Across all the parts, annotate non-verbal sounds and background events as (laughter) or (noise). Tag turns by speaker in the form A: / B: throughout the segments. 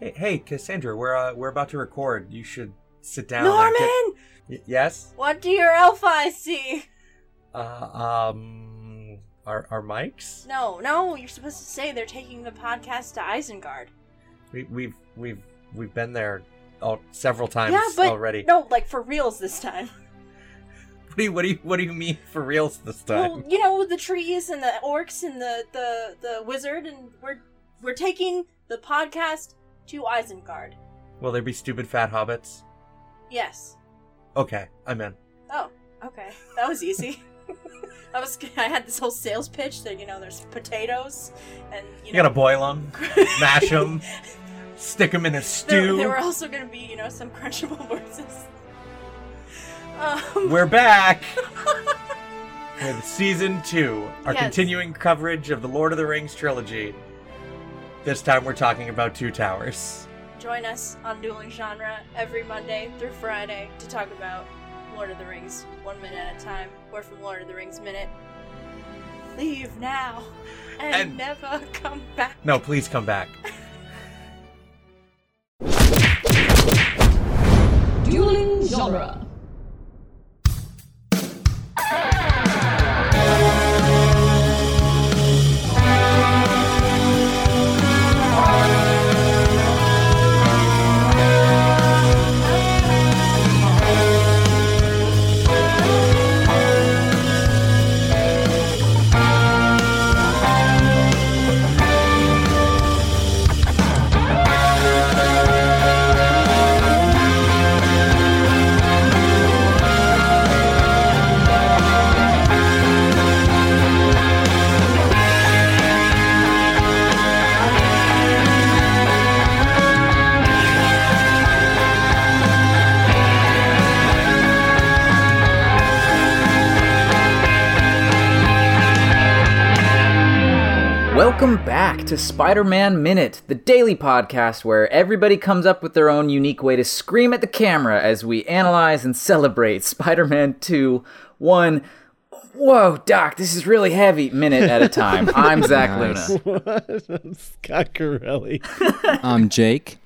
A: Hey, hey Cassandra, we're uh, we're about to record. You should sit down. I
B: Norman,
A: can't- Y- yes.
B: what do your elf eyes see?
A: Uh, um, our our mics.
B: No, no, you're supposed to say they're taking the podcast to Isengard.
A: We, we've we've we've been there all, several times
B: Yeah, but
A: already.
B: No, like for reals this time.
A: What do you what do you what do you mean for reals this time?
B: Well, you know the trees and the orcs and the the the wizard, and we're we're taking the podcast to Isengard.
A: Will there be stupid fat hobbits?
B: Yes.
A: Okay, I'm in.
B: Oh, okay, that was easy. (laughs) I was I had this whole sales pitch that you know there's potatoes and
A: You
B: you,
A: gotta
B: know (laughs)
A: boil them, mash them, stick them in a
B: there,
A: stew.
B: there were also going to be you know some crunchable verses. (laughs) Um,
A: We're back with season two, our
B: Yes.
A: continuing coverage of the Lord of the Rings trilogy. This time we're talking about Two Towers.
B: Join us on Dueling Genre every Monday through Friday to talk about Lord of the Rings one minute at a time. We're from Lord of the Rings Minute. Leave now and,
A: And-
B: never come back.
A: No, please come back.
C: Dueling genre.
D: Welcome back to Spider Man Minute, the daily podcast where everybody comes up with their own unique way to scream at the camera as we analyze and celebrate Spider Man 2, 1. Whoa, Doc, this is really heavy. Minute at a time. I'm Zach
E: Nice.
D: Luna.
F: Scott Carelli.
E: I'm Jake.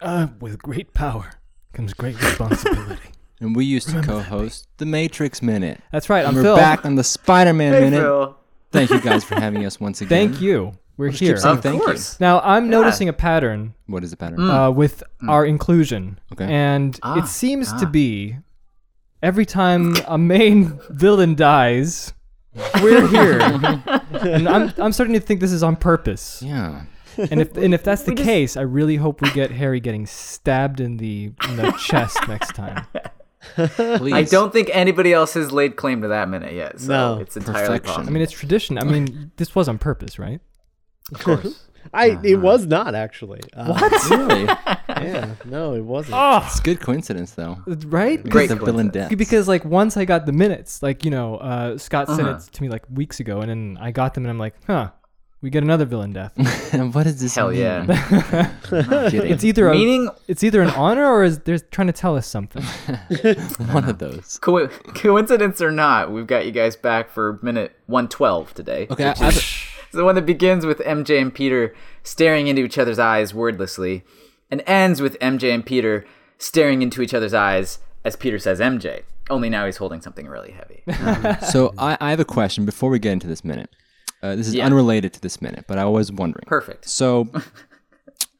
F: Uh, with great power comes great responsibility.
E: And we used to co-host the Matrix Minute.
G: That's right. I'm
E: And we're
G: Phil.
E: back on the Spider-Man Minute.
D: Phil.
E: Thank
D: (laughs)
E: you guys for having us once again.
G: Thank you. We're
E: keep
G: here.
E: saying
D: Of
E: thank
D: course.
G: Now I'm noticing a pattern
E: you. What is the pattern?
G: uh, with our inclusion,
E: Hmm. Okay.
G: and it seems to be every time a main (laughs) villain dies, we're here, and I'm I'm starting to think this is on purpose.
E: Yeah.
G: And if and if that's the case, I really hope we get Harry getting stabbed in the in the chest next time.
E: Please.
D: I don't think anybody else has laid claim to that minute yet, so
F: No.
D: it's entirely
E: Perfection.
G: I
D: possible.
G: mean, it's tradition. I mean, this was on purpose, right?
D: Of course.
F: (laughs) I it
D: Uh-huh.
F: was not actually. Uh,
E: What? really?
F: Yeah, no, it wasn't.
D: Oh,
E: It's a good coincidence though.
G: Right?
D: (laughs) Great
E: the villain
D: coincidence.
E: death.
G: because like once I got the minutes, like you know, uh, Scott sent
E: Uh-huh.
G: it to me like weeks ago, and then I got them, and I'm like, huh, we get another villain death.
E: (laughs) what does this
D: Hell
E: mean?
D: yeah.
E: (laughs) I'm kidding.
G: It's either a
D: Meaning,
G: it's either an honor or is they're trying to tell us something.
E: one of those.
D: co- coincidence or not, we've got you guys back for minute 112 today.
E: Okay. I, I,
G: (laughs)
D: It's the one that begins with MJ and Peter staring into each other's eyes wordlessly and ends with MJ and Peter staring into each other's eyes as Peter says MJ. Only now he's holding something really heavy.
E: so I, I have a question before we get into this minute. Uh, this is
D: Yeah.
E: unrelated to this minute, but I was wondering.
D: Perfect. (laughs)
E: So,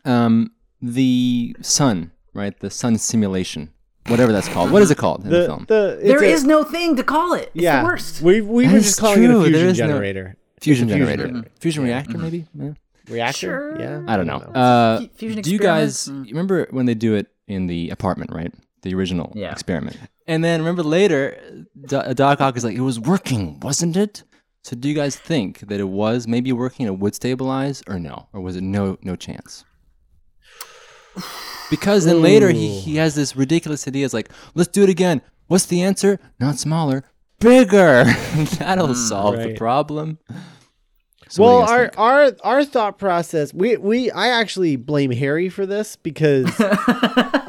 E: um, the sun, right? The sun (laughs) simulation, whatever that's called. What is it called in the,
F: the,
E: film?
F: the,
D: There
F: it's a-
D: is no thing to call it. It's
F: yeah,
D: the worst.
F: We we
E: That
F: were
E: is
F: just calling
E: true,
F: it a
E: there
F: fusion
E: is no-
F: generator.
E: fusion
F: Fusion Mm-hmm.
E: generator,
F: generator.
D: Mm-hmm.
E: fusion reactor, maybe. Yeah.
F: Reactor?
D: Sure.
F: Yeah.
E: I don't know. Uh,
D: Fu- fusion
E: do you guys
D: experiments?
E: you remember when they do it in the apartment, right? The original
D: Yeah.
E: experiment. And then remember later, Do- uh, Doc Ock is like, "It was working, wasn't it?" So do you guys think that it was maybe working? It would stabilize, or no, or was it no no chance? Because then later he, he has this ridiculous idea. It's like, let's do it again. What's the answer? Not smaller, bigger. (laughs)
D: Mm.
E: That'll solve the
F: Right.
E: problem. So what do
F: well,
E: you guys
F: our
E: think?
F: our our thought process. We we I actually blame Harry for this
E: (laughs)
F: because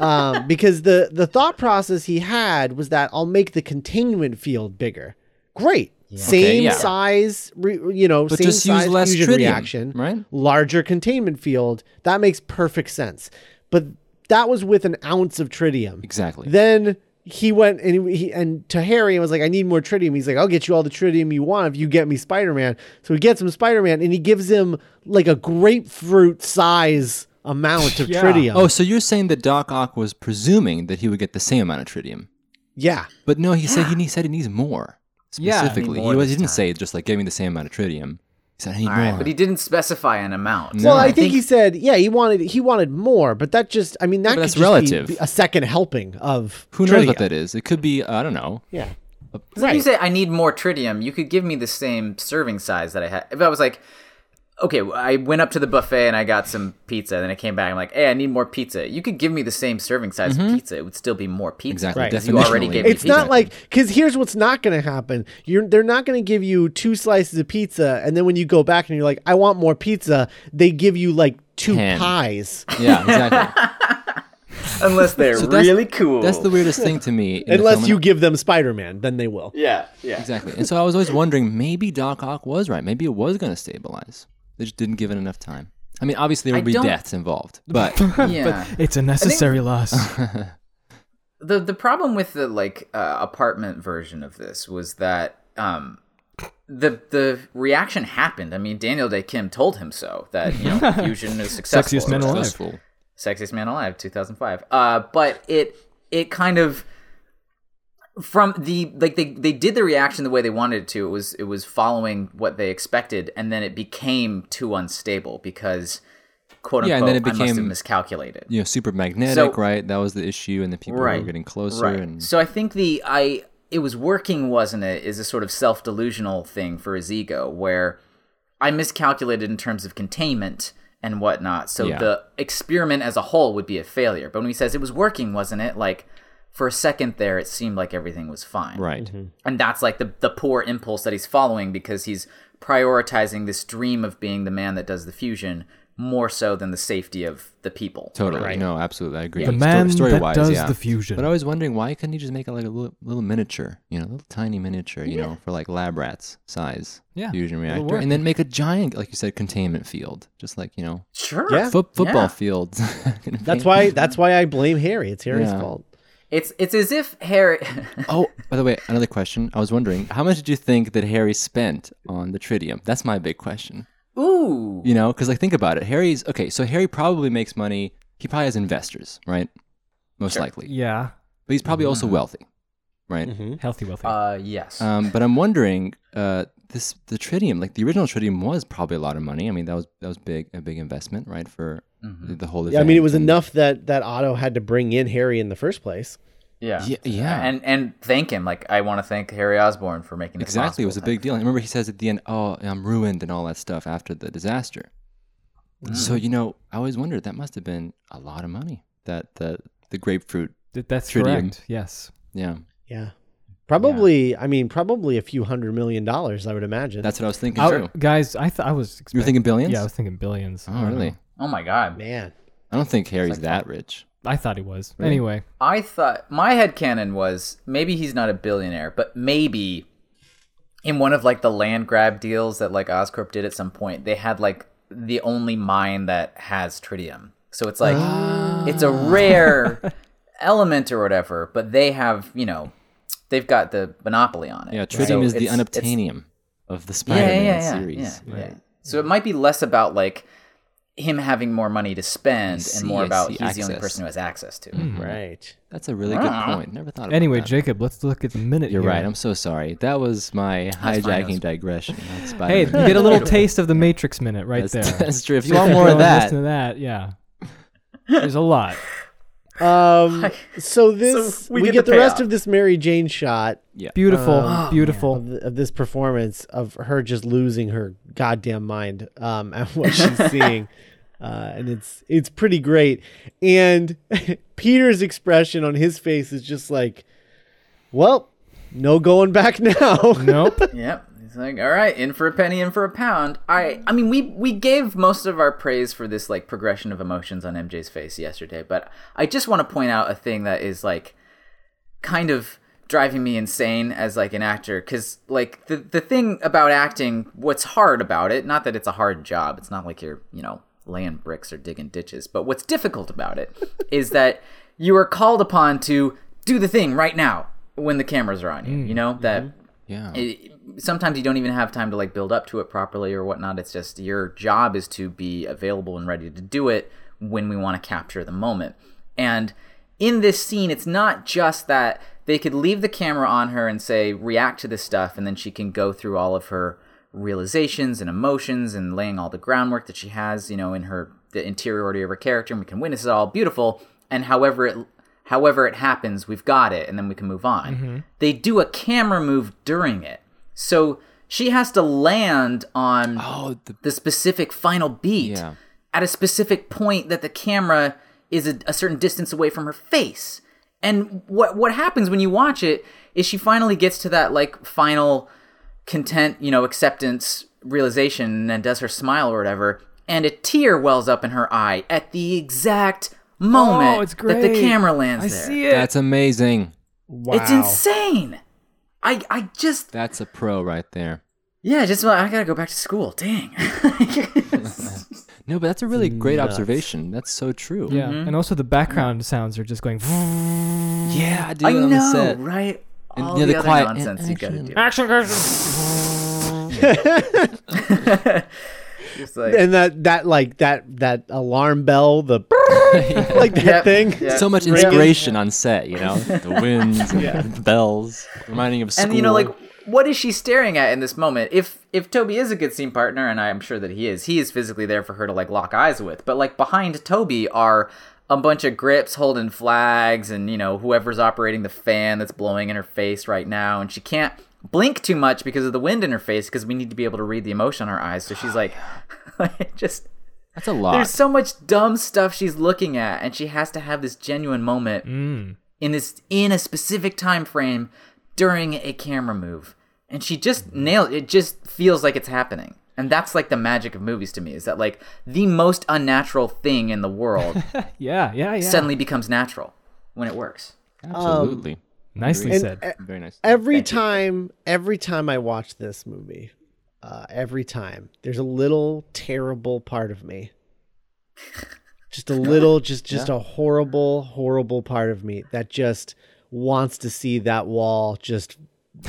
F: um, because the the thought process he had was that I'll make the containment field bigger. Great. Same
E: yeah.
F: size, re, you know,
E: But
F: same
E: just use
F: size
E: less
F: fusion
E: tritium,
F: reaction,
E: right?
F: Larger containment field. That makes perfect sense. But that was with an ounce of tritium.
E: Exactly.
F: Then he went and he, he- and to Harry and was like, "I need more tritium." He's like, "I'll get you all the tritium you want if you get me Spider Man." So he gets him Spider Man, and he gives him like a grapefruit size amount of
G: Yeah.
F: tritium.
E: oh, so you're saying that Doc Ock was presuming that he would get the same amount of tritium,
F: yeah,
E: but no, he said he, he said he needs more
G: Yeah.
E: specifically.
D: Need more
E: he, was,
D: this
E: he didn't
D: time.
E: say just like give me the same amount of tritium. He said I need
D: All
E: more.
D: right, but he didn't specify an amount.
E: No.
F: Well, I think,
D: think-
F: he said, yeah, he wanted he wanted more, but that just I mean that
E: But
F: could
E: that's
F: just be
E: relative.
F: a second helping of
E: Who knows what
F: tritium.
E: that is? It could be I don't know.
F: Yeah.
D: 'Cause If you say I need more tritium, you could give me the same serving size that I had. If I was like, okay, I went up to the buffet and I got some pizza, then I came back. I'm like, hey, I need more pizza. You could give me the same serving size pizza; it would still be more pizza.
E: Exactly.
F: Right.
E: Definitionally,
D: You already gave me
F: It's not like because here's what's not going to happen. You're they're not going to give you two slices of pizza, and then when you go back and you're like, I want more pizza, they give you like two
E: Ten.
F: pies.
E: Yeah, exactly.
D: unless they're
E: So that's-
D: really (laughs) cool.
E: That's the weirdest thing to me. in the film,
F: Unless
E: and
F: you give them Spider Man, then they will.
A: Yeah, yeah.
E: Exactly. And so I was always wondering, maybe Doc Ock was right. Maybe it was going to stabilize. They just didn't give it enough time. I mean, obviously there
D: I
E: would be
D: don't- (laughs)
E: deaths involved, but
D: yeah.
G: It's a
E: (laughs)
G: necessary loss.
D: the the problem with the like uh, apartment version of this was that um the the reaction happened. I mean, Daniel Day Kim told him so that you know fusion is successful.
G: Sexiest man
D: or
G: alive.
E: stressful.
D: Sexiest Man Alive, 2005. Uh, but it it kind of from the like they they did the reaction the way they wanted it to. It was it was following what they expected, and then it became too unstable because quote unquote
E: Yeah, and then it
D: I must have
E: became-
D: miscalculated.
E: You know, super magnetic,
D: So-
E: right? That was the issue, and the people
D: Right.
E: were getting closer.
D: Right.
E: And
D: So I think the I it was working, wasn't it? Is a sort of self delusional thing for his ego where I miscalculated in terms of containment and whatnot. So
E: Yeah.
D: the experiment as a whole would be a failure. But when he says it was working, wasn't it? Like for a second there, it seemed like everything was fine.
E: right,
D: And that's like the the poor impulse that he's following because he's prioritizing this dream of being the man that does the fusion more so than the safety of the people.
E: totally. No, absolutely, I agree.
G: The man that
E: wise,
G: does
E: yeah.
G: the fusion.
E: But I was wondering why couldn't he just make it like a little, little miniature, you know, a little tiny miniature, you know, for like lab rats size
G: Yeah,
E: fusion
G: it'll
E: reactor,
G: work.
E: and then make a giant, like you said, containment field, just like you know,
D: Sure.
F: Yeah.
E: fo-
D: Yeah.
E: football fields. (laughs)
F: That's why. That's why I blame Harry. It's Harry's
E: Yeah.
F: fault.
D: It's it's as if Harry (laughs)
E: Oh, by the way, another question. I was wondering, how much did you think that Harry spent on the tritium? That's my big question.
D: Ooh.
E: You know, because like think about it. Harry's okay. So Harry probably makes money. He probably has investors, right? Most likely,
G: yeah, Mm-hmm.
E: but he's probably also wealthy, right?
F: Mm-hmm.
G: healthy, wealthy.
D: Uh yes.
E: Um, but I'm wondering, uh, this the tritium, like the original tritium, was probably a lot of money. I mean, that was that was big, a big investment, right? For
G: Mm-hmm.
E: the, the whole.
F: Yeah, I mean, it was
E: event.
F: enough that that Otto had to bring in Harry in the first place.
D: yeah.
E: yeah, yeah.
D: And and thank him. Like I want to thank Harry Osborne for making this
E: Exactly, it was a
D: possible.
E: big deal. And remember, he says at the end, "Oh, I'm ruined" and all that stuff after the disaster.
G: Mm-hmm.
E: So you know, I always wondered that must have been a lot of money. That the the grapefruit,
G: Th- That's
E: Tritium.
G: correct. Yes.
E: yeah,
F: Yeah, probably. I mean, probably a few hundred million dollars. I would imagine.
E: that's what I was thinking
G: I-
E: too.
G: guys, I thought I was.
E: You were thinking billions?
G: Yeah, I was thinking billions. I
E: Oh,
G: don't
E: really?
G: know.
D: Oh my god.
F: man.
E: I don't think Harry's that rich.
G: I thought he was. Anyway,
D: I thought my head canon was maybe he's not a billionaire, but maybe in one of like the land grab deals that like Oscorp did at some point, they had like the only mine that has tritium. So it's like
E: Ah.
D: it's a rare element or whatever, but they have, you know, they've got the monopoly on it.
E: Yeah,
D: right?
E: tritium
D: So
E: is the
D: it's- it's-
E: unobtainium of the Spider-Man
D: yeah, yeah,
E: series.
D: Yeah, yeah. So it might be less about like him having more money to spend
E: see,
D: and more
E: I
D: about
E: see.
D: he's the only
E: Access. Hmm.
D: person who has access to it.
F: Right.
E: That's a really good point. Never thought. About
G: Ah. anyway,
E: that.
G: Jacob, let's look at the minute.
E: you're
G: here.
E: right. I'm so sorry. That was my
D: fine, that
E: hijacking
D: was-
E: digression. on
G: Hey, you
E: Spider-Man.
G: get a little taste of the Matrix minute right
E: that's,
G: there.
E: that's true. If (laughs) you
G: Just
E: want
G: if
E: more
G: you
E: of
G: wanna
E: that,
G: Listen to that. Yeah. There's a lot.
A: (laughs)
F: Um, so this
A: we
F: we,
A: get
F: get
A: the
F: the rest
A: payoff.
F: of this Mary Jane shot
G: Beautiful.
F: of,
E: Um,
D: Oh,
G: beautiful.
F: th- of this performance of her just losing her goddamn mind um, (laughs) at what she's seeing, uh, and it's it's pretty great. And (laughs) Peter's expression on his face is just like, "Well, no going back (laughs) now."
G: (laughs) Nope.
D: Yep. He's like, all right, in for a penny, in for a pound. I, I mean, we we gave most of our praise for this like progression of emotions on MJ's face yesterday, but I just want to point out a thing that is like kind of driving me insane as like an actor because like the the thing about acting, what's hard about it, not that it's a hard job, it's not like you're you know laying bricks or digging ditches, but what's difficult about it is that you are called upon to do the thing right now when the cameras are on you. You know that
E: Yeah.
D: it, sometimes you don't even have time to like build up to it properly or whatnot. It's just your job is to be available and ready to do it when we want to capture the moment. And in this scene, it's not just that they could leave the camera on her and say, react to this stuff, and then she can go through all of her realizations and emotions and laying all the groundwork that she has, you know, in her the interiority of her character, and we can witness it all beautiful. And however it however it happens, we've got it, and then we can move on. They do a camera move during it. So she has to land on
E: Oh, the,
D: the specific final beat
E: Yeah.
D: at a specific point that the camera is a, a certain distance away from her face. And what what happens when you watch it is she finally gets to that like final content, you know, acceptance realization and then does her smile or whatever, and a tear wells up in her eye at the exact moment
G: Oh, it's
D: that the
G: great.
D: camera lands
G: I
D: there.
G: see it.
E: that's amazing.
F: Wow.
D: It's insane. I I just
E: That's a pro right there.
D: Yeah, just like, I gotta go back to school. Dang. (laughs)
E: No, but that's a really great observation. That's so true.
G: Yeah,
D: Mm-hmm.
G: and also the background sounds are just going. (laughs)
E: Yeah, I do
D: I
E: it on the
D: know,
E: set.
D: right?
E: And,
D: All
E: you know,
D: the,
E: the
D: other
E: quiet-
D: nonsense you gotta do. (laughs) Just like,
F: and that that like that that alarm bell, the (laughs) like that
D: Yep,
F: thing.
D: yep.
E: So much
F: Really?
E: inspiration on set, you
D: (laughs)
E: know, the winds, and
F: Yeah.
E: the bells, reminding of school.
D: and you know, like, what is she staring at in this moment? If if Toby is a good scene partner, and I'm sure that he is, he is physically there for her to like lock eyes with. But like behind Toby are a bunch of grips holding flags, and you know whoever's operating the fan that's blowing in her face right now, and she can't blink too much because of the wind in her face because we need to be able to read the emotion on her eyes. So
E: Oh,
D: she's like, (laughs) just
E: that's a lot.
D: There's so much dumb stuff she's looking at, and she has to have this genuine moment
G: Mm.
D: in this in a specific time frame during a camera move, and she
G: Mm.
D: just nailed it. Just feels like it's happening, and that's like the magic of movies to me is that like the most unnatural thing in the
G: (laughs)
D: world
G: Yeah, yeah, yeah.
D: suddenly becomes natural when it
G: (laughs)
D: works.
E: Absolutely.
G: Nicely
F: And-
G: said.
E: Very nice.
D: (laughs)
F: every time every time i watch this movie uh, every time there's a little terrible part of me just a little just just a horrible horrible part of me that just wants to see that wall just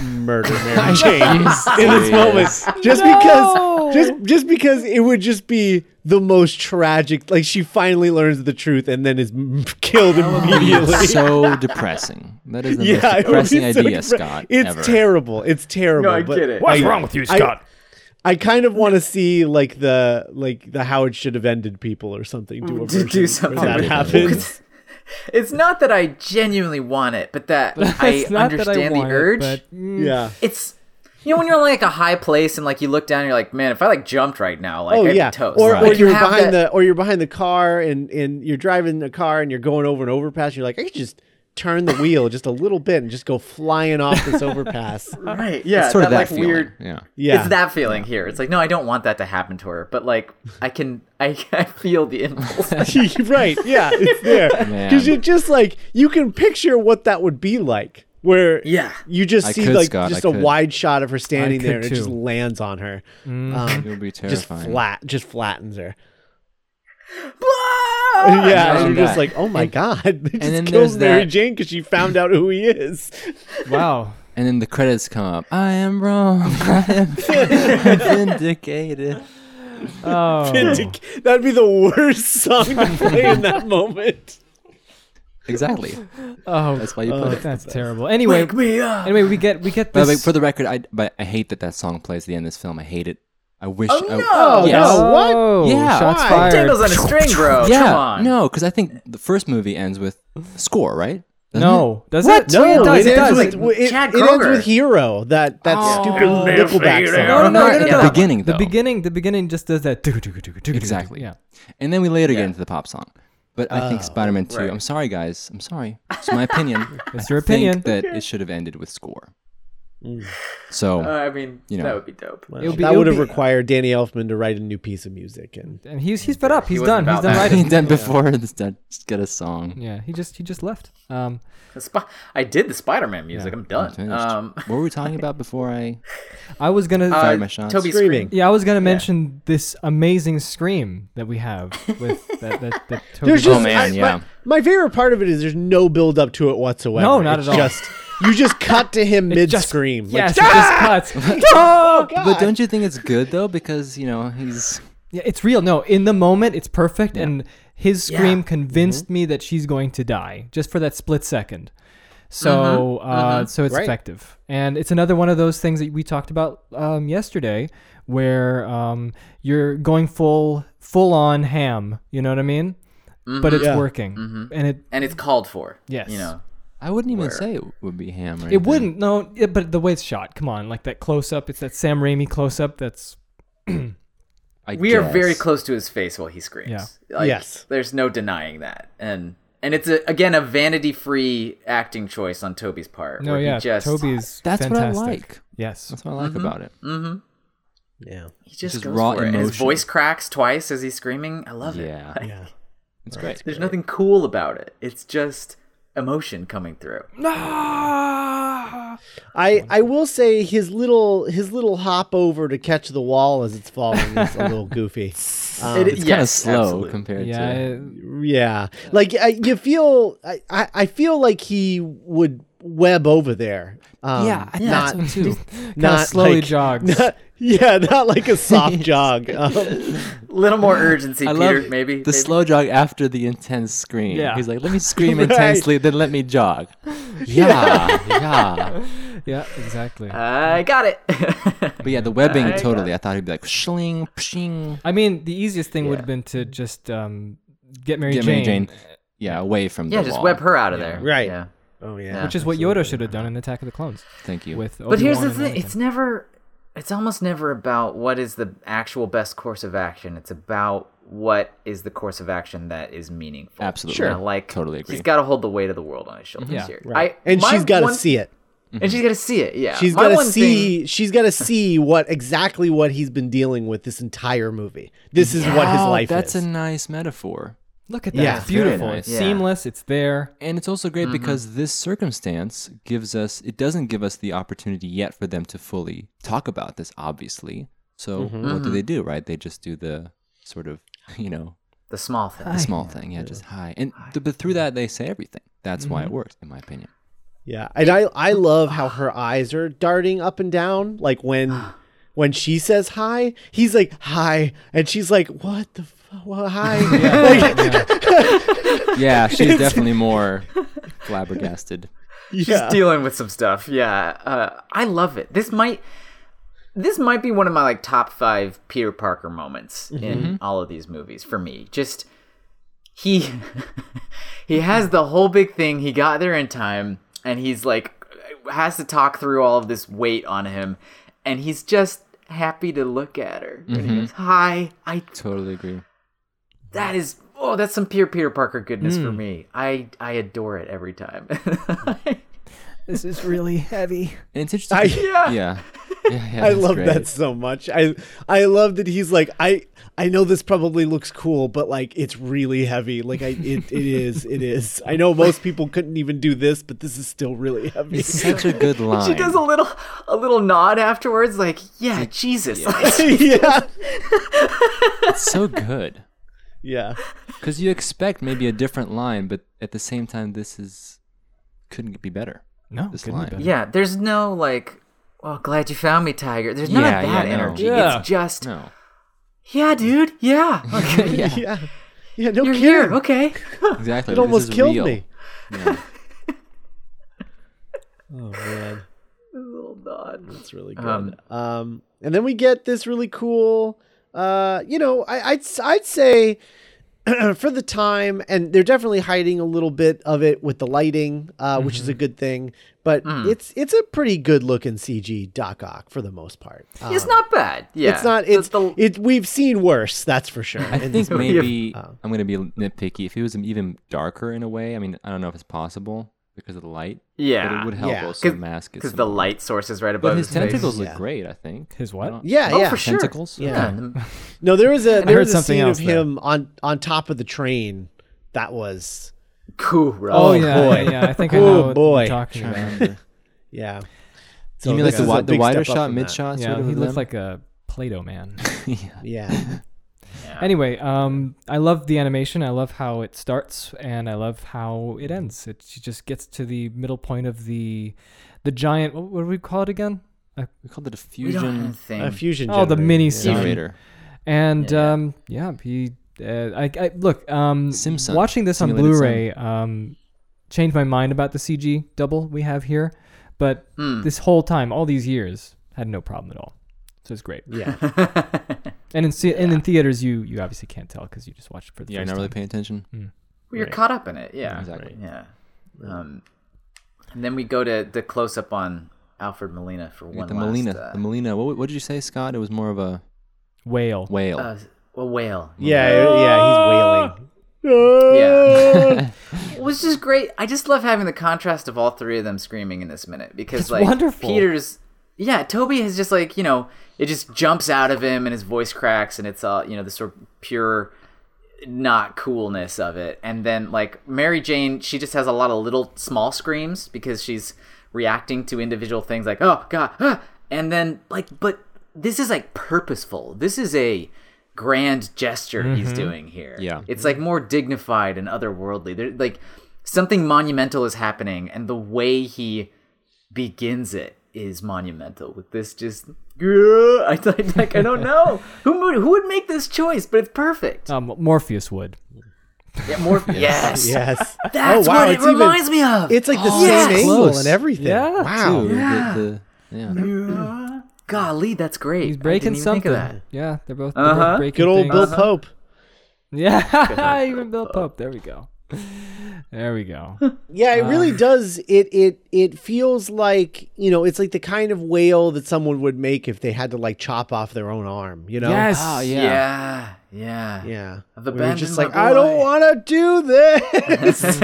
F: murder mary jane in this moment just because just just because it would just be the most tragic like she finally learns the truth and then is m- (laughs) killed immediately
E: It's so depressing. That is
F: (laughs)
E: the
F: yeah,
E: most
F: it would be
E: depressing
F: so
E: idea,
F: depre-
E: Scott.
F: It's
E: ever.
F: terrible. It's terrible.
D: No, I
F: but
D: get it.
F: I-
G: with you,
F: I- I kind of want to see like the like the how it should have ended people or something. Do a
D: Mm. (laughs) Do- do
F: version
D: something
F: where that
D: with it.
F: happens.
D: (laughs) It's not that I genuinely want it, but
G: (laughs)
D: that I
G: It's not that I
D: understand the
G: want it,
D: urge.
G: but-
D: (laughs)
F: Yeah.
D: It's you know when you're on like a high place and like you look down and you're like, man, if I like jumped right now, like
F: Oh
D: I'd
F: yeah.
D: be toast.
F: Or,
D: Like,
F: or
D: you
F: you're
D: have
F: behind
D: that-
F: the or you're behind the car and and you're driving the car and you're going over an overpass. You're like, I could just turn the wheel just a little bit and just go flying off
D: (laughs)
F: this overpass.
D: right, yeah,
E: It's sort of that
D: like
E: feeling.
D: weird.
E: Yeah.
F: Yeah.
D: It's that feeling here. It's like no, I don't want that to happen to her, but like I can, I, (laughs) I feel the impulse.
F: (laughs)
E: (laughs)
F: right. Yeah, it's there. Because
E: Man.
F: you just like you can picture what that would be like.
D: (laughs)
F: Where
D: Yeah.
F: you just
E: I
F: see
E: could,
F: like
E: Scott,
F: just
E: I
F: a
E: could.
F: wide shot of her standing
G: I
F: there
G: could
F: and it just
G: too.
F: lands on her. Um,
E: It would be
F: just
E: terrifying.
F: flat just flattens her.
D: Blah!
F: yeah, and
E: imagine
F: you're just
E: that.
F: like, oh my god, (laughs) they just
E: then
F: killed
E: there's
F: Mary
E: that-
F: Jane because she found out who he is.
E: (laughs)
G: Wow.
E: And then the credits come up. I am wrong. (laughs) I am vindicated.
G: Oh.
F: That'd be the worst (laughs) song to play in that moment.
E: Exactly.
G: Oh,
E: That's why you
F: Oh,
E: put it.
G: that's terrible. Anyway,
D: Wake me up.
G: anyway, we get we get
E: By the
G: this.
E: way,
G: (laughs)
E: for the record, I but I hate that that song plays at the end of this film. I hate it. I wish.
D: Oh,
E: I,
D: no!
F: Oh
E: Yes.
F: no, what?
G: Oh,
E: Yeah.
G: shots
F: Why?
G: fired.
D: Dangles on a string, bro.
E: Yeah,
D: Come on.
E: no, because I think the first movie ends with score, right? Doesn't it?
G: No, does it?
F: No,
G: yeah,
F: it,
G: it does.
F: ends
D: does.
F: with, w- it,
D: Chad
F: it ends
D: Kroeger.
F: with Hero. That that stupid Nickelback song.
D: No, no, no, no,
E: at
D: no,
E: the
D: no.
E: beginning though.
G: The beginning, the beginning just does that.
E: Exactly.
G: Yeah.
E: And then we later get into the pop song. But I think Spider-Man 2.
D: right.
E: I'm sorry, guys. I'm sorry. It's my opinion.
G: It's
E: I
G: your
E: think
G: opinion.
E: that it should have ended with score. So
D: Uh, I mean,
E: You know.
D: that would be dope.
F: Well,
G: It would be- it
F: that
G: would
F: would have
G: be-
F: required Danny Elfman to write a new piece of music, and
G: And he's he's fed up.
D: He
G: He's
D: wasn't
G: done. He's
D: about
G: done
D: that.
E: I've
D: (laughs)
E: (laughs)
G: writing.
E: done before. This done. Just get a song.
G: Yeah, he just he just left. Um,
D: The Sp- I did the Spider-Man music. I'm
E: I'm
D: done.
E: finished.
D: um,
E: (laughs) what were we talking about before I?
D: (laughs)
G: I was gonna
D: uh,
E: my shots.
D: Toby
F: Screaming.
D: Scream.
G: yeah I was gonna mention this amazing scream that we have with that that, that Toby
F: (laughs) There's
G: Bell-
F: just
E: man,
F: I-
E: yeah.
F: My, my favorite part of it is there's no build up to it whatsoever.
G: No, not
F: It's
G: at all.
F: Just you
G: (laughs)
F: just cut to him
G: It
F: mid
G: just-
F: scream. (laughs) Ah!
G: Yes, it just cuts. (laughs)
D: Oh,
E: But don't you think it's good though? Because you know he's
G: Yeah, it's real. No, in the moment, it's perfect, and his scream
D: Yeah. Mm-hmm.
G: convinced me that she's going to die just for that split second. So,
D: Mm-hmm.
G: uh, so it's
F: Right.
G: effective, and it's another one of those things that we talked about um, yesterday, where um, you're going full full on ham. You know what I mean? But it's
F: Yeah.
G: working, and it
D: and it's called for.
G: Yes.
D: Mm-hmm. you know. Mm-hmm.
E: I wouldn't even say it would be ham. Or
G: it
E: anything.
G: wouldn't no, it, but the way it's shot. Come on, like that close up. It's that Sam Raimi close up. That's
E: I
D: we are very
E: guess.
D: close to his face while he screams. Like,
F: Yes.
D: there's no denying that, and and it's a, again a vanity-free acting choice on Toby's part.
G: no,
D: where he
G: oh yeah.
D: just,
G: Toby is
E: That's what I
G: fantastic.
E: like.
G: Yes,
E: That's what I like
D: Mm-hmm.
E: about it.
F: Yeah.
D: he just,
E: just
D: goes
E: raw
D: for it. And His
E: emotion.
D: voice cracks twice as he's screaming. I love
E: Yeah.
D: it. (laughs) Like,
F: Yeah.
E: It's great.
D: There's nothing cool about it. It's just emotion coming through.
E: Oh,
F: I, I will say his little his little hop over to catch the wall as it's falling is a
G: (laughs)
F: little goofy. Um,
D: It-
E: It's kind of
D: yes,
E: slow
D: absolutely.
E: compared
G: yeah.
E: to.
G: it-
F: yeah, like I, you feel I, I I feel like he would web over there. Um, not (laughs)
G: too.
F: not
G: slowly
F: like-
G: jogs.
F: not- (laughs) yeah, not like a
G: (laughs)
F: soft jog. Um,
D: little more urgency,
E: (laughs) I
D: Peter.
E: love
D: maybe maybe.
E: the slow jog after the intense scream.
G: Yeah.
E: He's like, let me
G: (laughs)
E: scream intensely, then let me
D: (laughs)
E: jog. Yeah, yeah.
G: (laughs) yeah, exactly.
D: I got it. (laughs)
E: But yeah, the webbing totally. I thought he'd be like, shling, pshing.
G: I mean, the easiest thing would have been to just um, get Mary
E: Get
G: Jane,
E: Mary Jane. Yeah, away from
D: yeah,
E: the
D: just
E: wall.
D: web her out of there.
F: Right.
D: Yeah.
F: oh
D: Yeah.
F: yeah,
G: which is what Yoda should have done in Attack of the Clones.
E: Thank you.
G: With
D: But here's
G: Obi-Wan
D: the
G: and
D: thing:
G: Anakin.
D: it's never, it's almost never about what is the actual best course of action. It's about what is the course of action that is meaningful.
E: Absolutely.
D: You know,
E: Sure.
D: like
E: Totally agree.
D: He's got to hold the weight of the world on his shoulders
G: Yeah,
D: here.
F: Right.
D: I-
F: and
D: my
F: she's got to
D: one-
F: see it.
D: And she's got to see it. Yeah.
F: She's
D: My
F: got to
D: one thing-
F: see. She's got to see what exactly what he's been dealing with this entire movie. This is what his
E: Oh,
F: life
E: That's
F: is.
E: a nice metaphor.
G: look at that.
F: Yeah,
G: it's
F: very
G: beautiful.
E: nice.
G: It's
D: Yeah.
G: seamless. It's there.
E: And it's also great because this circumstance gives us, it doesn't give us the opportunity yet for them to fully talk about this, obviously. So
F: Mm-hmm.
E: what do they do, right? They just do the sort of, (laughs) you know,
D: the small thing.
E: the small thing. Yeah, just high. And th- but through that, they say everything. That's why
F: Mm-hmm.
E: it works, in my
F: (laughs)
E: opinion.
F: yeah, and I I love
E: (sighs)
F: how her eyes are darting up and down. Like when when she says hi, he's like hi, and she's like what the f- well,
E: (laughs)
F: hi. (laughs) Like,
E: Yeah, she's
F: (laughs)
E: definitely more flabbergasted.
F: yeah.
D: dealing with some stuff. Yeah, uh, I love it. This might this might be one of my like top five Peter Parker moments in all of these movies for me. Just he (laughs) he has the whole big thing. He got there in time, and he's like has to talk through all of this weight on him, and he's just happy to look at her. And he goes, "Hi, I
E: Totally agree.
D: that is." Oh, that's some pure Peter Parker goodness for me. I I adore it every time. (laughs)
G: This is really heavy.
E: And it's interesting.
F: I- (laughs)
E: 'cause-
D: yeah.
E: yeah. Yeah, yeah,
F: I
E: that's
F: love
E: great.
F: that so much. I I love that he's like I I know this probably looks cool, but like it's really heavy. Like I it, it is it is.
E: (laughs)
F: I know most people couldn't even do this, but this is still really heavy.
E: It's such a
F: (laughs)
E: good line.
D: She does a little a little nod afterwards, like, yeah, Jesus. (laughs) Like,
F: (laughs) yeah,
E: It's so good.
F: yeah,
E: Because you expect maybe a different line, but at the same time, this is couldn't be better.
G: No,
E: This
G: couldn't be
E: line.
G: better.
D: yeah, there's no like well, glad you found me, Tiger. There's none
E: Yeah,
D: of
E: yeah,
D: that
E: no.
D: energy.
G: Yeah.
D: It's just
E: No,
D: Yeah, dude,
E: (laughs)
D: yeah. Okay,
E: yeah,
F: yeah, yeah. No
D: you're
F: kidding.
D: here, okay.
E: (laughs) exactly.
F: It
E: This
F: almost
E: is
F: killed
E: real.
F: me.
E: Yeah.
F: Oh man,
D: little nod.
F: that's really good. Um,
D: Um,
F: and then we get this really cool. Uh, you know, I, I'd I'd say (clears throat) for the time, and they're definitely hiding a little bit of it with the lighting, uh, which is a good thing. But it's it's a pretty good looking CG Doc Ock for the most part. Um,
D: It's not bad. Yeah.
F: It's not.
D: The-
F: It's
D: the-
F: it. We've seen worse. That's for sure.
E: I
F: in
E: think
F: this movie.
D: uh,
E: maybe I'm gonna be nitpicky. If it was even darker in a way, I mean, I don't know if it's possible because of the light. But
D: Yeah.
E: it would help
F: Yeah.
E: also
D: 'Cause-
E: mask it.
D: Because the
E: some more.
D: light source is right above
E: But his
D: face.
E: tentacles
F: Yeah.
E: look great, I think.
G: His
E: I
G: what?
E: don't-
F: Yeah,
D: Oh,
F: yeah.
D: for sure.
E: Tentacles?
D: Yeah.
F: No, there was a there
G: heard
F: was a
G: something
F: scene of
G: else there.
F: him on on top of the train. That was
D: Cool, bro.
G: Oh, yeah,
F: boy.
G: yeah, yeah. I think I
F: Oh,
G: know what
F: boy.
G: you're talking
E: Trying to
G: about.
E: remember.
F: yeah.
E: (laughs)
D: (laughs)
E: you mean like
F: this
E: the,
F: is a
E: wi- the
F: big
E: wider
F: step up
E: shot,
F: from
E: mid
F: that.
E: shot?
G: Yeah,
E: sort of
G: he
E: of
G: looked
E: them?
G: like a Play-Doh man.
E: yeah.
F: Yeah,
G: Anyway, um, I love the animation. I love how it starts, and I love how it ends. It she just gets to the middle point of the, the giant. What, what do we call it again?
E: We call the
D: We don't have
E: diffusion
D: anything.
F: a fusion.
G: Oh, the
F: generator,
G: mini
F: yeah.
G: scene.
E: generator.
G: And
D: Yeah.
G: um, yeah, he. Uh, I, I look. Um,
E: Simpson.
G: watching this on
E: Simulated
G: Blu-ray, um, changed my mind about the CG double we have here, but
D: Hmm.
G: this whole time, all these years, had no problem at all. So it's great.
F: Yeah,
G: (laughs)
D: (laughs)
G: And in ci- and in theaters, you you obviously can't tell because you just watch it for the
E: Yeah, you're
G: first
E: not
G: time.
E: really paying attention.
D: Well, You're caught up in it, yeah.
E: Exactly.
D: Yeah. Um, and then we go to the close up on Alfred Molina for one
E: the
D: last.
E: Molina.
D: uh,
E: the Molina. What, what did you say, Scott? It was more of a
G: Whale.
E: whale. (laughs)
D: uh, a whale.
F: yeah, yeah. He's wailing.
D: (laughs) Yeah. Which is great. I just love having the contrast of all three of them screaming in this minute because
G: It's
D: like
G: wonderful.
D: Peter's yeah, Toby is just like, you know, it just jumps out of him and his voice cracks and it's all, you know, the sort of pure not coolness of it. And then like Mary Jane, she just has a lot of little small screams because she's reacting to individual things like, "Oh god." ah," And then like but this is like purposeful. This is a grand gesture he's doing here.
E: Yeah.
D: It's like more dignified and otherworldly. There like something monumental is happening and the way he begins it is monumental with this just (laughs) I like, like I don't know who would, who would make this choice but it's perfect.
G: Um, Morpheus would.
D: Yeah,
G: (laughs)
D: more yes.
F: Yes.
D: That's
F: oh wow,
D: what it
F: it's even-
D: reminds me of.
F: It's like the
D: yes.
F: same angle
E: Close.
F: and everything.
G: Yeah.
F: Wow.
E: Ooh, the- the- yeah.
D: golly, that's great.
G: He's breaking
D: I didn't even
G: something.
D: Think of that.
G: Yeah, they're both, they're both
D: Uh-huh.
G: breaking
F: Good old
G: things.
F: Bill Pope.
G: (laughs)
D: (laughs)
G: Yeah, even Bill Pope. There we go. There
D: (laughs)
G: we go.
F: Yeah, it
G: Ah.
F: really does. It it it feels like you know, it's like the kind of wail that someone would make if they had to like chop off their own arm. You know?
G: Yes.
E: Oh, yeah.
D: Yeah, yeah.
F: Yeah.
D: I've
F: Where you're just
D: abandoned my
F: like, I don't
D: boy."
F: want to do this.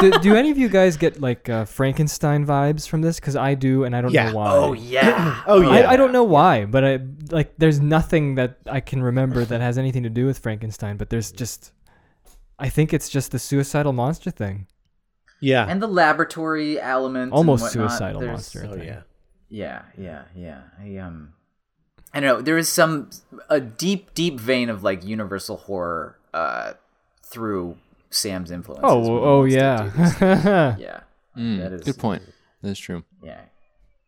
G: do, do any of you guys get like uh, Frankenstein vibes from this? Because I do, and I don't
F: Yeah.
G: know why.
D: Oh
F: (clears throat)
D: yeah.
F: oh yeah.
G: I, I don't know why, but I like. There's nothing that I can remember that has anything to do with Frankenstein. But there's just, I think it's just the suicidal monster thing.
F: yeah.
D: And the laboratory element.
G: Almost
D: and whatnot,
G: suicidal
D: there's-
G: monster.
F: oh
G: thing.
F: yeah.
D: Yeah, yeah, yeah. I um, I don't know. There is some a deep, deep vein of like universal horror uh through Sam's influence.
G: Oh, oh (laughs) yeah.
D: yeah.
E: Mm,
D: That is-
E: Good point. That's true.
D: yeah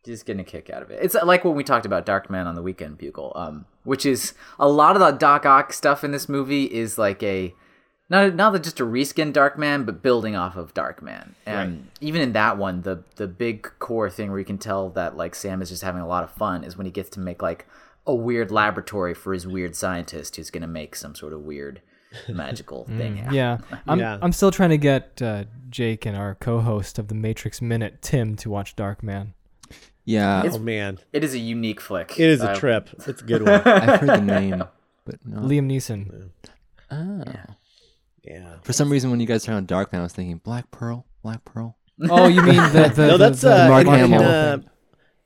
D: just getting a kick out of it it's uh, like when we talked about dark man on the weekend bugle um which is a lot of the doc ock stuff in this movie is like a not not just a reskin dark man but building off of dark man and even in that one the the big core thing where you can tell that like sam is just having a lot of fun is when he gets to make like a weird laboratory for his weird scientist who's going to make some sort of weird
F: (laughs)
D: magical
F: Mm.
D: thing happen.
G: Yeah. I'm,
F: Yeah.
G: I'm still trying to get uh, Jake and our co host of the Matrix Minute, Tim, to watch Dark Man.
F: (laughs)
E: Yeah,
F: Oh man,
D: it is a unique flick
F: it is a
D: I- (laughs)
F: trip. It's a good one.
E: I've heard the name, but
F: Oh.
E: no.
G: Liam Neeson.
E: Ah.
F: yeah.
E: For some reason, when you guys turned on Dark Man, I was thinking Black Pearl, Black Pearl.
G: (laughs) Oh, you mean the. the
F: No, that's
G: the, the
F: uh,
E: Mark
F: and,
E: Hamill
F: uh,
G: thing.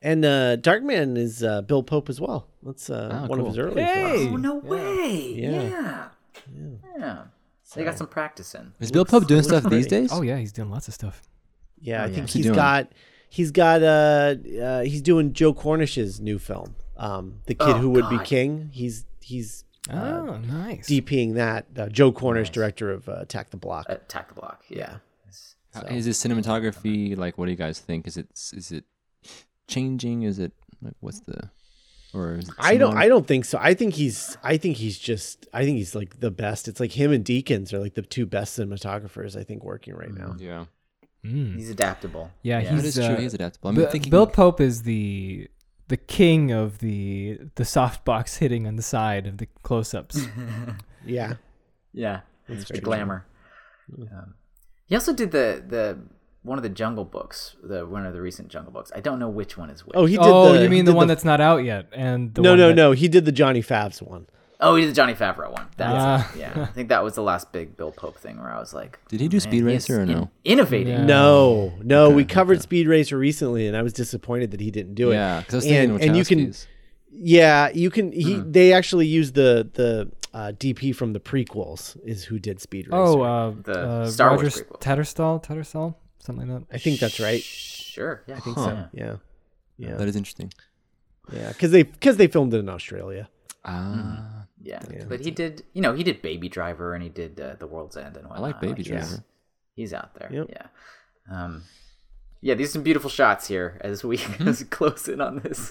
F: and uh, Darkman is uh, Bill Pope as well. That's uh,
E: Ah,
F: one of
E: cool.
F: his early.
G: Hey!
F: films.
D: Oh no way! Yeah.
F: Yeah.
D: Yeah. They got some practice in.
E: Is Bill Pope doing stuff these
F: pretty.
E: days?
G: Oh, yeah, he's doing lots of stuff.
F: Yeah, I think
E: Oh, he
F: he's
E: doing?
F: got he's got uh, uh he's doing Joe Cornish's new film, um, the kid
D: Oh,
F: who would be
D: God.
F: king. He's he's
G: Oh, nice.
F: DPing that. Uh, Joe Cornish, director of uh, Attack the Block.
D: Attack the block. Yeah.
E: How- Is his cinematography like? What do you guys think? Is it is it changing? Is it like what's the or is it
F: I don't.
E: similar?
F: I don't think so. I think he's. I think he's just. I think he's like the best. It's like him and Deacons are like the two best cinematographers I think working right now.
E: Yeah,
G: Mm.
D: He's adaptable.
G: Yeah,
E: that
G: he's.
E: is
G: uh,
E: true. He is adaptable. I'm
G: Bi-
E: thinking
G: Bill Pope is the the king of the the softbox (laughs) hitting on the side of the
D: (laughs)
G: close-ups.
F: Yeah.
D: Yeah. It's the glamour. Um, he also did the the one of the Jungle books, the one of the recent Jungle books. I don't know which one is which.
F: Oh, he did.
G: oh,
F: the,
G: you mean
F: he
G: the
F: did
G: one that's not out yet? And the
F: no,
G: one
F: no,
G: that-
F: no. He did the Johnny Fabs one.
D: Oh, he did the Johnny Favreau one. That's it.
G: Ah.
D: yeah. I think that was the last big Bill Pope thing where I was like, "Oh,
E: Did he do Speed
D: "Man, he's
E: Racer or no?
D: in- innovating.
G: Yeah.
F: No, no, we covered Speed Racer recently, and I was disappointed that he didn't do it.
E: Yeah, because I was
F: and,
E: thinking
F: and you can,
E: Wachowskis.
F: yeah, you can. He
G: Hmm.
F: they actually used the the uh, DP from the prequels is who did Speed Racer.
G: Oh, uh,
D: The
G: uh,
D: Star Wars
G: Roger
D: prequel.
G: Tatterstall, Tatterstall, something like
F: I
G: that.
F: think that's right.
D: Sure. Yeah. I think
E: so.
F: Yeah, yeah,
E: That is interesting.
F: yeah, because they because they filmed it in
G: (laughs)
F: Australia.
E: Ah,
D: Yeah. But he did, you know, he did Baby Driver and he did uh, The World's End and whatnot.
E: I like Baby
D: he's-
E: Driver.
D: He's out there.
F: Yep.
D: Yeah. Um, yeah, these are some beautiful shots here as we (laughs) as we close in on this.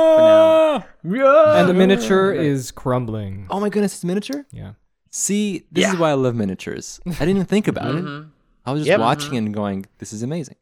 G: Ah!
D: Yeah.
G: And the miniature is crumbling.
E: Oh my goodness, it's miniature.
G: Yeah.
E: See, this is
D: Yeah. Mm-hmm.
E: why I love miniatures. I didn't even think about it. I was just
F: Yep.
E: watching and going, "This is amazing."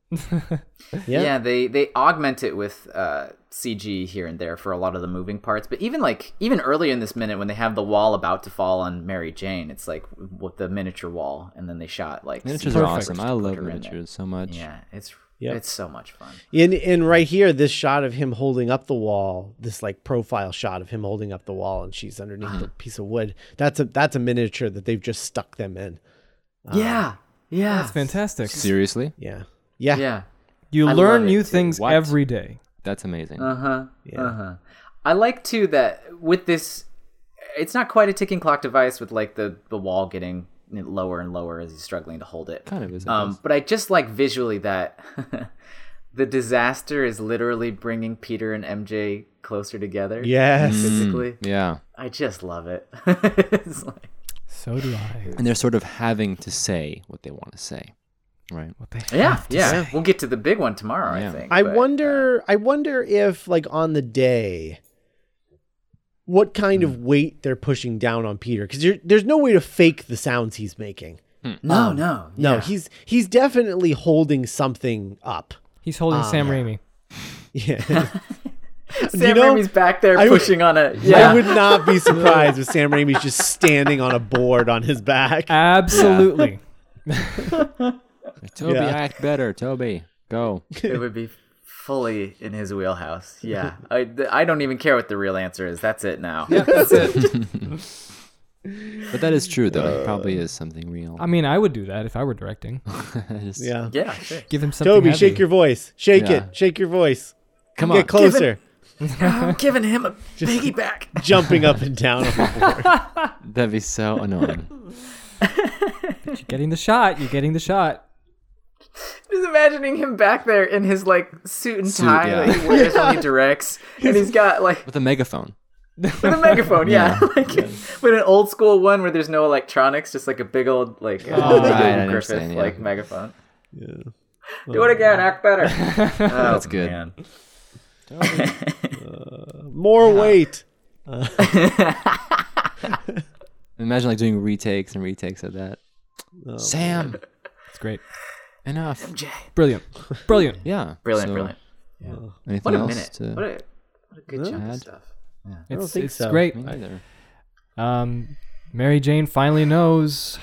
F: Yeah.
D: Yeah, they they augment it with uh, CG here and there for a lot of the moving parts. But even like even early in this minute, when they have the wall about to fall on Mary Jane, it's like with the miniature wall, and then they shot like
E: Miniatures
D: some
E: are
D: first
E: awesome. I love
D: put her in there.
E: miniatures so much.
D: Yeah, it's
F: Yep.
D: it's so much fun.
F: And and right here, this shot of him holding up the wall, this like profile shot of him holding up the wall, and she's underneath
G: Uh-huh.
F: a piece of wood. That's a that's a miniature that they've just stuck them in.
D: yeah, yeah,
G: That's fantastic.
E: Seriously,
F: Yeah, yeah,
D: yeah.
G: You
D: I love
G: learn
D: it
G: new
D: too.
G: things
E: What?
G: every day.
E: that's amazing.
D: Uh huh.
F: Yeah.
D: Uh huh. I like too that with this, it's not quite a ticking clock device with like the the wall getting lower and lower as he's struggling to hold it.
E: kind of is. I
D: Um,
E: guess.
D: but I just like visually that (laughs) the disaster is literally bringing Peter and MJ closer together.
F: yes.
D: physically.
E: Mm. yeah,
D: I just love it. (laughs) It's like-
G: So do I.
E: and they're sort of having to say what they want to say, right?
G: What the heck?
D: yeah, yeah. We'll get to the big one tomorrow. I
E: Yeah.
D: think.
F: I
D: but- uh,
F: wonder. I wonder if, like, on the day, what kind
D: Mm.
F: of weight they're pushing down on Peter? Because there's no way to fake the sounds he's making.
D: uh, No, no,
F: No,
D: (laughs) yeah.
F: he's he's definitely holding something up. (laughs)
G: He's holding
E: Oh,
G: Sam
E: (laughs)
G: Raimi.
D: (laughs)
F: Yeah,
D: Sam
F: know,
D: Raimi's back there
F: I would-
D: pushing on a. Yeah,
F: I would not
D: (laughs)
F: be surprised if Sam Raimi's just standing on a board on his
D: (laughs)
F: back.
G: Absolutely.
E: Toby,
F: Yeah.
E: act better. Toby, go.
D: it would be fully in his
E: (laughs)
D: wheelhouse. Yeah, I, th- I don't even care what the real answer is. That's it now. that's it.
E: But that is true,
F: (laughs)
E: though. it probably is something real.
G: I mean, I would do that if I
E: (laughs)
G: were directing.
E: Just-
F: Yeah,
D: (laughs) Yeah, sure.
G: Give him something.
F: Toby,
G: heavy.
F: shake your voice. Shake
E: Yeah.
F: it. Shake your voice.
E: Come on.
F: Get closer.
D: I'm giving him (laughs) a piggyback.
F: Jumping up and down on the
D: (laughs)
F: board.
E: That'd be so annoying.
G: You're getting the shot. You're getting the shot.
D: Just imagining him back there in his like suit and
E: Suit,
D: tie
E: yeah.
D: that he wears when
E: (laughs)
D: he directs, and he's got like
E: With a megaphone.
D: with a megaphone, yeah, (laughs) like with an old school one where there's no electronics, just like a big old like
E: Oh, right, I
D: Griffith
E: understand, yeah.
D: like megaphone. Do it again, act better.
E: (laughs)
D: Oh, That's
E: good.
F: More weight.
E: Imagine like doing retakes and retakes of that.
F: Oh,
E: Sam,
G: It's great.
D: (laughs)
E: enough.
G: Brilliant. Brilliant.
E: Yeah.
D: Brilliant,
E: so
D: brilliant.
E: Anything
D: What a
E: else
D: minute.
E: to
D: What a what a good chunk of
E: add?
D: stuff.
G: It's,
F: think
G: it's
F: so.
G: great.
E: Me neither.
G: Um, Mary Jane finally knows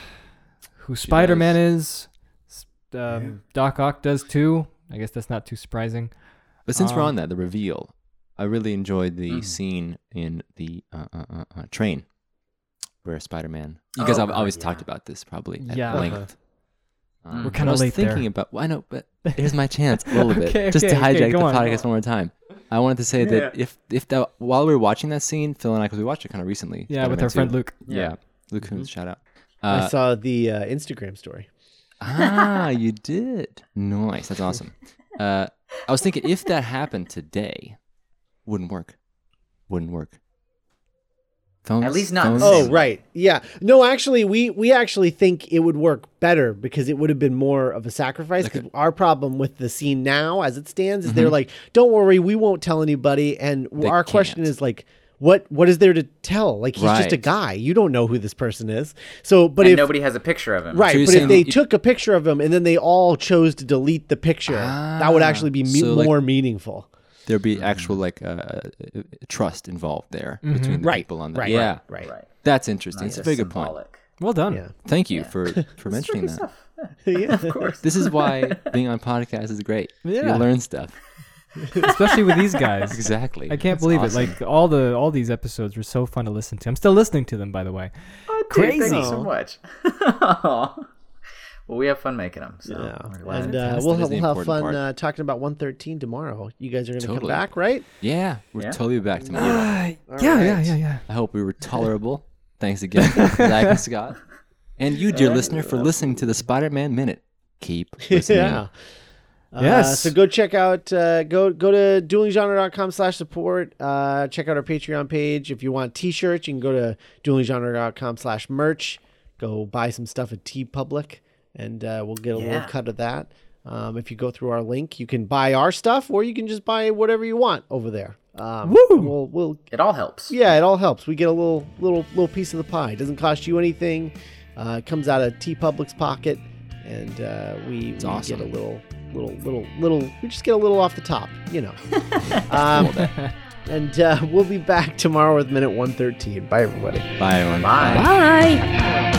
G: who Spider Man is. S- Um, Doc Ock does too. I guess that's not too surprising.
E: But since we're
G: Um,
E: on that, the reveal, I really enjoyed
G: mm-hmm.
E: the scene in the uh, uh, uh, uh, train where Spider Man. You guys
D: Oh,
E: have always
D: God,
E: talked about this probably at
G: Yeah.
E: length. Um,
G: We're
E: but
G: kinda
E: I was
G: late there.
E: thinking about. Well, I know,
G: (laughs)
E: but here's my chance a little bit,
G: Okay,
E: just to
G: okay, okay,
E: hijack
G: go
E: the
G: on, go
E: podcast one more time. I wanted to say that if if that while we were watching that scene, Phil and I, because we watched it kind of recently.
G: Yeah, with
E: Spider-Man
G: our friend
E: 2.
G: Luke.
E: Yeah, Luke Coons, shout out.
F: I saw the uh, Instagram story.
E: ah, you did. Nice. That's
D: (laughs)
E: awesome. Uh, I was thinking if that happened today, wouldn't work. Wouldn't work. Phones,
D: At least not
E: phones-
D: the same
F: Oh right, yeah. No, actually, we we actually think it would work better because it would have been more of a sacrifice. Because our problem with the scene now, as it stands, is they're like, "Don't worry, we won't tell anybody." And
E: Mm-hmm. They
F: our question
E: can't.
F: is like, "What what is there to tell? Like he's just a
E: Right.
F: guy. You don't know who this person is." So, but
D: And
F: if
D: nobody has a picture of him.
F: right,
E: So you're
F: but if
E: saying
F: they
E: you-
F: took a picture of him and then they all chose to delete the picture, that would
E: Ah,
F: actually be me-
E: so, like-
F: more meaningful.
E: There'd be
D: Mm-hmm.
E: actual like uh, uh, uh, trust involved there
G: Mm-hmm.
E: between the
F: Right,
E: people on that.
F: Right,
E: yeah,
F: right, right.
D: Right.
E: that's interesting. It's a
D: Just
E: very good point.
D: symbolic.
G: Well done.
F: Yeah.
E: Thank
D: (laughs)
E: you for for mentioning that.
F: (laughs) yeah.
E: This is why being on podcasts is great.
G: Yeah.
E: You learn stuff.
G: especially with these guys.
E: Exactly.
G: I can't believe it. Like all the all these episodes were so fun to listen to. I'm still listening to them, by the way.
D: Dude,
G: Crazy.
D: thank you so much. (laughs) Aw. well, we have fun making them. So we're glad.
F: And uh, we'll,
E: Fantastic is
F: have,
E: the
F: we'll have
E: important
F: fun
E: part.
F: uh, talking about 113 tomorrow. You guys are going to come
E: Totally.
F: back, right?
E: yeah, we're
D: Yeah.
E: totally back to normal.
G: yeah, yeah,
F: right.
G: yeah, yeah.
E: I hope we were tolerable. Thanks again, Zach and Scott, and you, dear listener, for listening to the Spider-Man Minute. Keep
F: (laughs)
E: listening.
F: yeah. Uh,
G: Yes.
F: so go check out uh, go go to duelinggenre.com slash support. Uh, check out our Patreon page. If you want t-shirts, you can go to duelinggenre.com slash merch. Go buy some stuff at T Public and uh, we'll get a
D: Yeah.
F: little cut of that. Um, if you go through our link, you can buy our stuff or you can just buy whatever you want over there. Um,
G: Woo!
F: We'll, we'll
D: It all helps.
F: yeah, it all helps. We get a little little little piece of the pie. It doesn't cost you anything. Uh, it comes out of T Public's pocket, and uh, we, we
E: awesome.
F: get a little little little little. We just get a little off the top, you know. um, and uh, we'll be back tomorrow with minute one thirteen. Bye, everybody.
E: Bye, everyone.
D: Bye.
C: Bye.
F: Bye.